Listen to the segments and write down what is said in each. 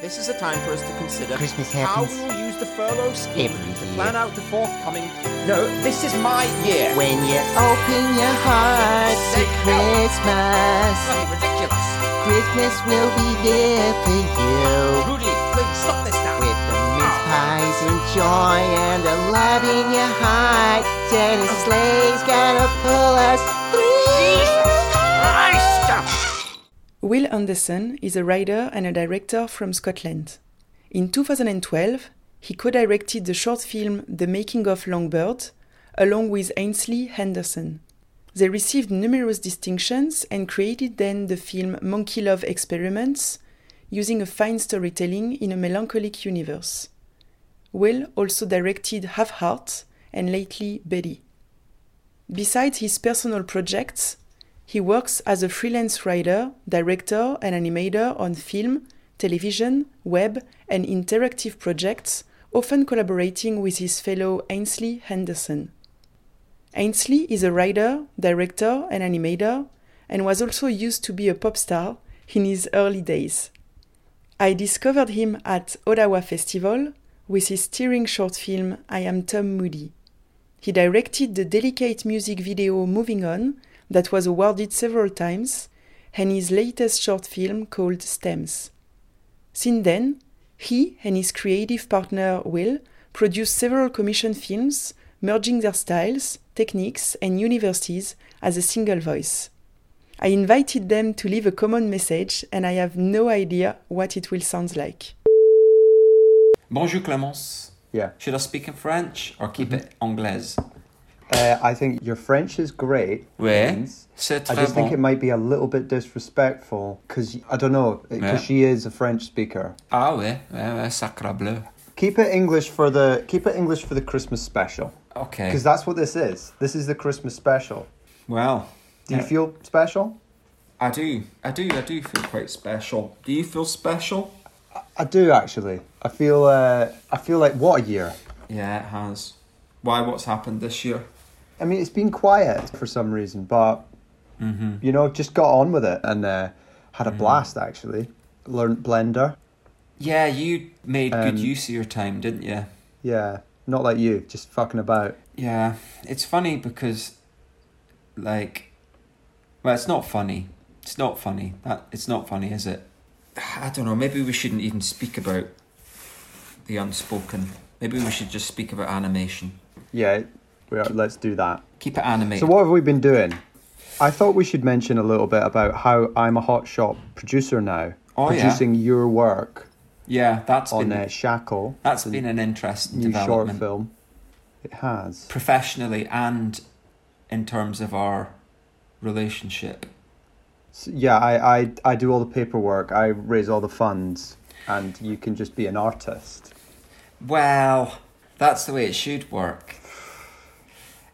This is a time for us to consider Christmas how we happens will use the furlough scheme every to year. plan out the forthcoming. No, this is my year. When you open your heart to Sick hell. Christmas, Bloody ridiculous. Christmas will be there for you. Rudy, please stop this now. With the mince pies and joy and a love in your heart, Santa's sleigh's gonna pull us through. Christ! Will Anderson is a writer and a director from Scotland. In 2012, he co directed the short film The Making of Longbird along with Ainsley Henderson. They received numerous distinctions and created then the film Monkey Love Experiments using a fine storytelling in a melancholic universe. Will also directed Half Heart and lately Betty. Besides his personal projects, he works as a freelance writer, director, and animator on film, television, web, and interactive projects, often collaborating with his fellow Ainsley Henderson. Ainsley is a writer, director, and animator, and was also used to be a pop star in his early days. I discovered him at Ottawa Festival with his stirring short film I Am Tom Moody. He directed the delicate music video Moving On that was awarded several times and his latest short film called Stems. Since then, he and his creative partner Will produced several commissioned films, merging their styles, techniques, and universities as a single voice. I invited them to leave a common message, and I have no idea what it will sound like. Bonjour Clémence. Yeah. Should I speak in French or keep it anglaise? Uh, I think your French is great. Ouais, James. c'est I très just bon. think it might be a little bit disrespectful because I don't know because Yeah. she is a French speaker. Ah ouais, ouais, ouais, sacre bleu. Keep it English for the keep it English for the Christmas special Okay. because that's what this is. This is the Christmas special. Well, Do you Yeah. feel special? I do, I do, I do feel quite special. Do you feel special? I do actually. I feel uh, I feel like what a year. Yeah, it has. Why? What's happened this year? I mean, it's been quiet for some reason, but Mm-hmm. you know, just got on with it and uh, had a blast actually. Learned Blender. Yeah, you made Um, good use of your time, didn't you? Yeah, not like you, just fucking about. Yeah, it's funny because, like, well, it's not funny. It's not funny. That it's not funny, is it? I don't know. Maybe we shouldn't even speak about the unspoken. Maybe we should just speak about animation. Yeah, we are, let's do that. Keep it animated. So, what have we been doing? I thought we should mention a little bit about how I'm a hotshot producer now, Oh, yeah. producing your work Yeah, that's on been uh, Shackle, that's been an interesting new short development film. It has. professionally and in terms of our relationship. So, yeah, I, I I do all the paperwork, I raise all the funds, and you can just be an artist. Well, that's the way it should work.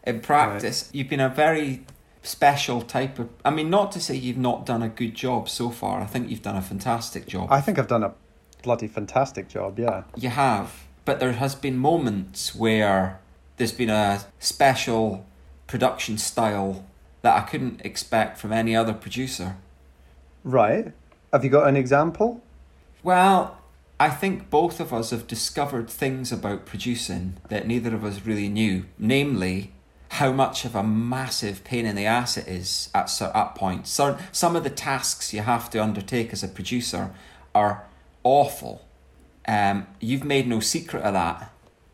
In practice, you've been a very special type of. I mean, not to say you've not done a good job so far. I think you've done a fantastic job. I think I've done a bloody fantastic job. Yeah, you have, but there has been moments where there's been a special production style that I couldn't expect from any other producer. right. Have you got an example? Well, I think both of us have discovered things about producing that neither of us really knew, namely how much of a massive pain in the ass it is at cer- at points. Cer- some of the tasks you have to undertake as a producer are awful. Um, you've made no secret of that.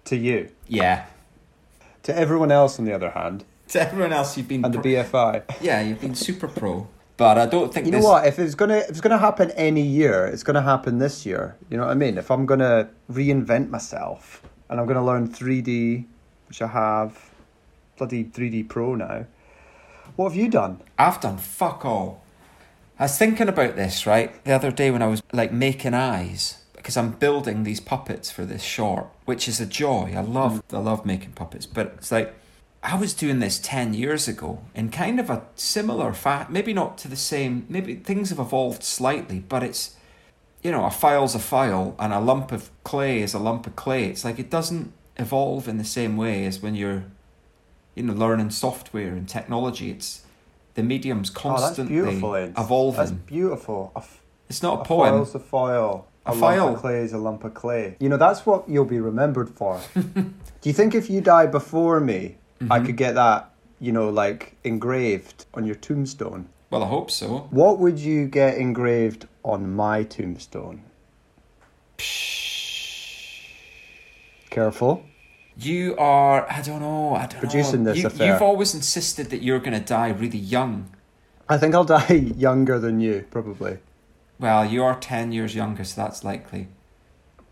To you, Yeah. to everyone else, on the other hand, To everyone else, you've been and the pro- BFI. yeah, you've been super pro. But I don't think You know this- what? If it's gonna if it's gonna happen any year, it's gonna happen this year. You know what I mean? If I'm gonna reinvent myself and I'm gonna learn three D, which I have, bloody three D Pro now. What have you done? I've done fuck all. I was thinking about this, right, the other day when I was like making eyes because I'm building these puppets for this short, which is a joy. I love I love making puppets, but it's like I was doing this 10 years ago in kind of a similar fact, maybe not to the same, maybe things have evolved slightly, but it's you know, a file's a file and a lump of clay is a lump of clay. It's like it doesn't evolve in the same way as when you're you know learning software and technology. It's the medium's Oh, that's constantly beautiful. Ed. evolving. That's beautiful. A, f- It's not a a poem. file's a file. A file. lump of clay is a lump of clay. You know, that's what you'll be remembered for. Do you think if you die before me, I Mm-hmm. could get that, you know, like engraved on your tombstone? Well, I hope so. What would you get engraved on my tombstone? Careful. You are, I don't know, I don't Producing know. this you, affair. You've always insisted that you're going to die really young. I think I'll die younger than you, probably. Well, you are 10 years younger, so that's likely.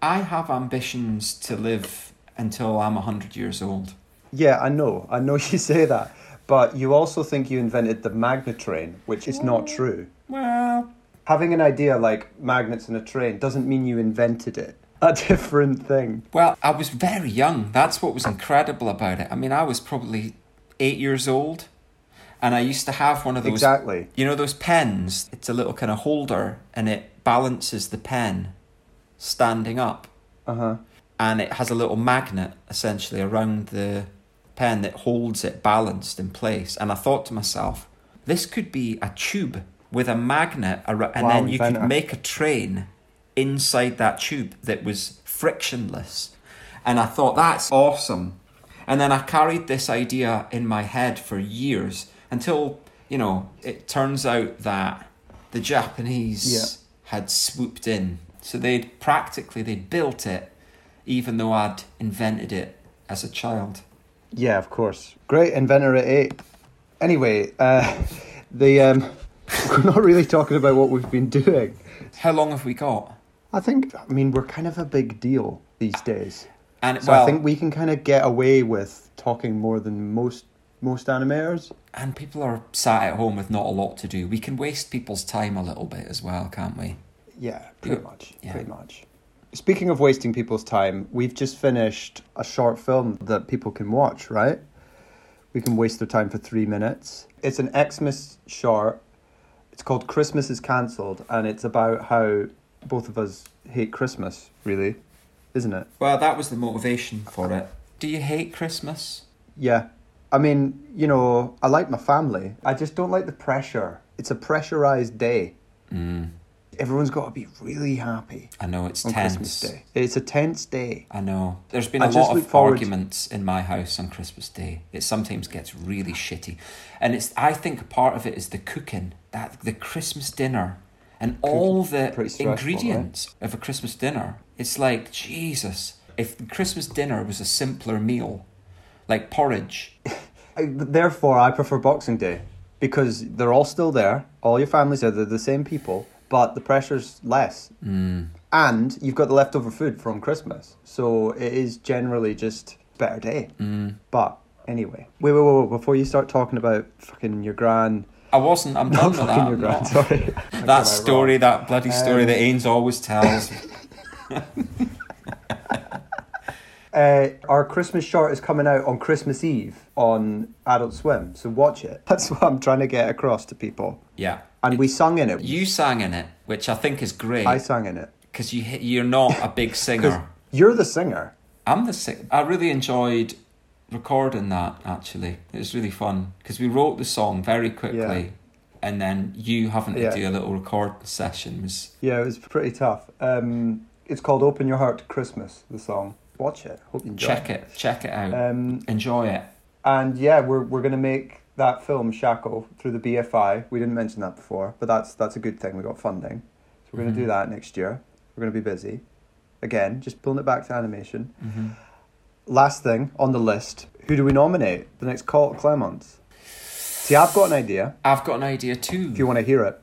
I have ambitions to live until I'm 100 years old. Yeah, I know. I know you say that. But you also think you invented the magnetrain, which is not true. Well, Having an idea like magnets in a train doesn't mean you invented it. A different thing. well, I was very young. That's what was incredible about it. I mean, I was probably 8 years old and I used to have one of those Exactly. You know those pens? It's a little kind of holder and it balances the pen standing up. Uh huh. and it has a little magnet essentially around the pen that holds it balanced in place. And I thought to myself, this could be a tube with a magnet, ar- and Wow, then you could inventor. make a train inside that tube that was frictionless. And I thought, that's awesome. And then I carried this idea in my head for years until, you know, it turns out that the Japanese had swooped in. So they'd practically they built it, even though I'd invented it as a child. Yeah, of course. Great inventor at eight. Anyway, uh, the um, we're not really talking about what we've been doing. How long have we got? I think. I mean, we're kind of a big deal these days, And so well, I think we can kind of get away with talking more than most most animators. and people are sat at home with not a lot to do. We can waste people's time a little bit as well, can't we? Yeah, pretty Yeah. much. Yeah. Pretty much. Speaking of wasting people's time, we've just finished a short film that people can watch, right? We can waste their time for three minutes. It's an Xmas short. It's called Christmas is Cancelled, and it's about how both of us hate Christmas, really, isn't it? Well, that was the motivation for it. Do you hate Christmas? Yeah. I mean, you know, I like my family. I just don't like the pressure. It's a pressurized day. Mm. Everyone's got to be really happy I know it's on tense. Christmas Day. It's a tense day. I know. There's been I a just lot look of forward- arguments in my house on Christmas Day. It sometimes gets really shitty. And it's I think a part of it is the cooking, that the Christmas dinner and all pretty the stressful, right? ingredients of a Christmas dinner. It's like, Jesus, if the Christmas dinner was a simpler meal, like porridge. I, therefore, I prefer Boxing Day because they're all still there. All your families are they're the same people, but the pressure's less. Mm. And you've got the leftover food from Christmas, so it is generally just better day. Mm. But anyway, wait, wait, wait, wait, before you start talking about fucking your gran, I wasn't I'm not done with fucking that. I'm your gran, not. sorry. That story, that bloody story Um, that Ains always tells. Uh, our Christmas short is coming out on Christmas Eve on Adult Swim, so watch it. That's what I'm trying to get across to people. yeah. And we sung in it. You sang in it, which I think is great. I sang in it. because you you're not a big singer. You're the singer. I'm the sing- I really enjoyed recording that actually. It was really fun because we wrote the song very quickly, Yeah. and then you having to Yeah. do a little record session was Yeah, it was pretty tough. Um, it's called "Open Your Heart to Christmas." The song. Watch it. Hope you enjoy. check it, check it out, Um, enjoy it. and yeah, we're we're gonna make that film Shackle through the BFI. We didn't mention that before, but that's that's a good thing. We got funding, so we're Mm-hmm. gonna do that next year. We're gonna be busy. Again, just pulling it back to animation. Mm-hmm. Last thing on the list: Who do we nominate the next call at Claremont? See, I've got an idea. I've got an idea too. if you want to hear it.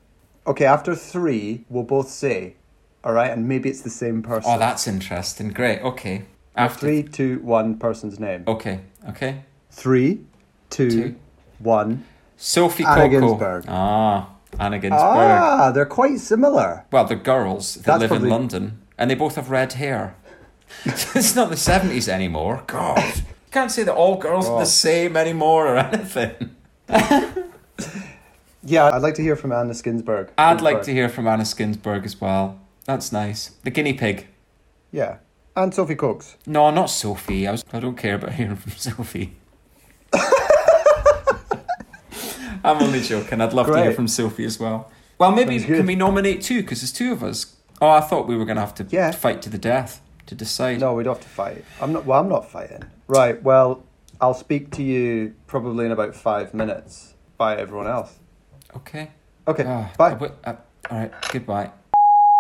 Okay, after three, we'll both say, all right, and maybe it's the same person. oh, that's interesting. Great. Okay. After. Three, two, one, person's name. Okay. Okay. Three, two, one. Oh. Two. Sophie Anna Coco. Ginsberg. Ah, Anna Ginsberg. Ah, they're quite similar. Well, they're girls. They That's live probably- in London, and they both have red hair. it's not the seventies anymore. God, can't say that all girls are the same anymore or anything. Yeah, I'd like to hear from Anna Ginsberg. I'd like to hear from Anna Ginsberg as well. That's nice. The guinea pig. Yeah, and Sophie Cox. No, not Sophie. I was. I don't care about hearing from Sophie. I'm only joking. I'd love to hear Great. from Sophie as well. Well, maybe Sounds good. can we nominate two? Because there's two of us Oh, I thought we were going to have to Yeah. fight to the death to decide. No, we'd have to fight. I'm not. Well, I'm not fighting. Right. Well, I'll speak to you probably in about five minutes. Bye, everyone else. Okay. Okay. Ah, bye. I wi- I- all right. Goodbye.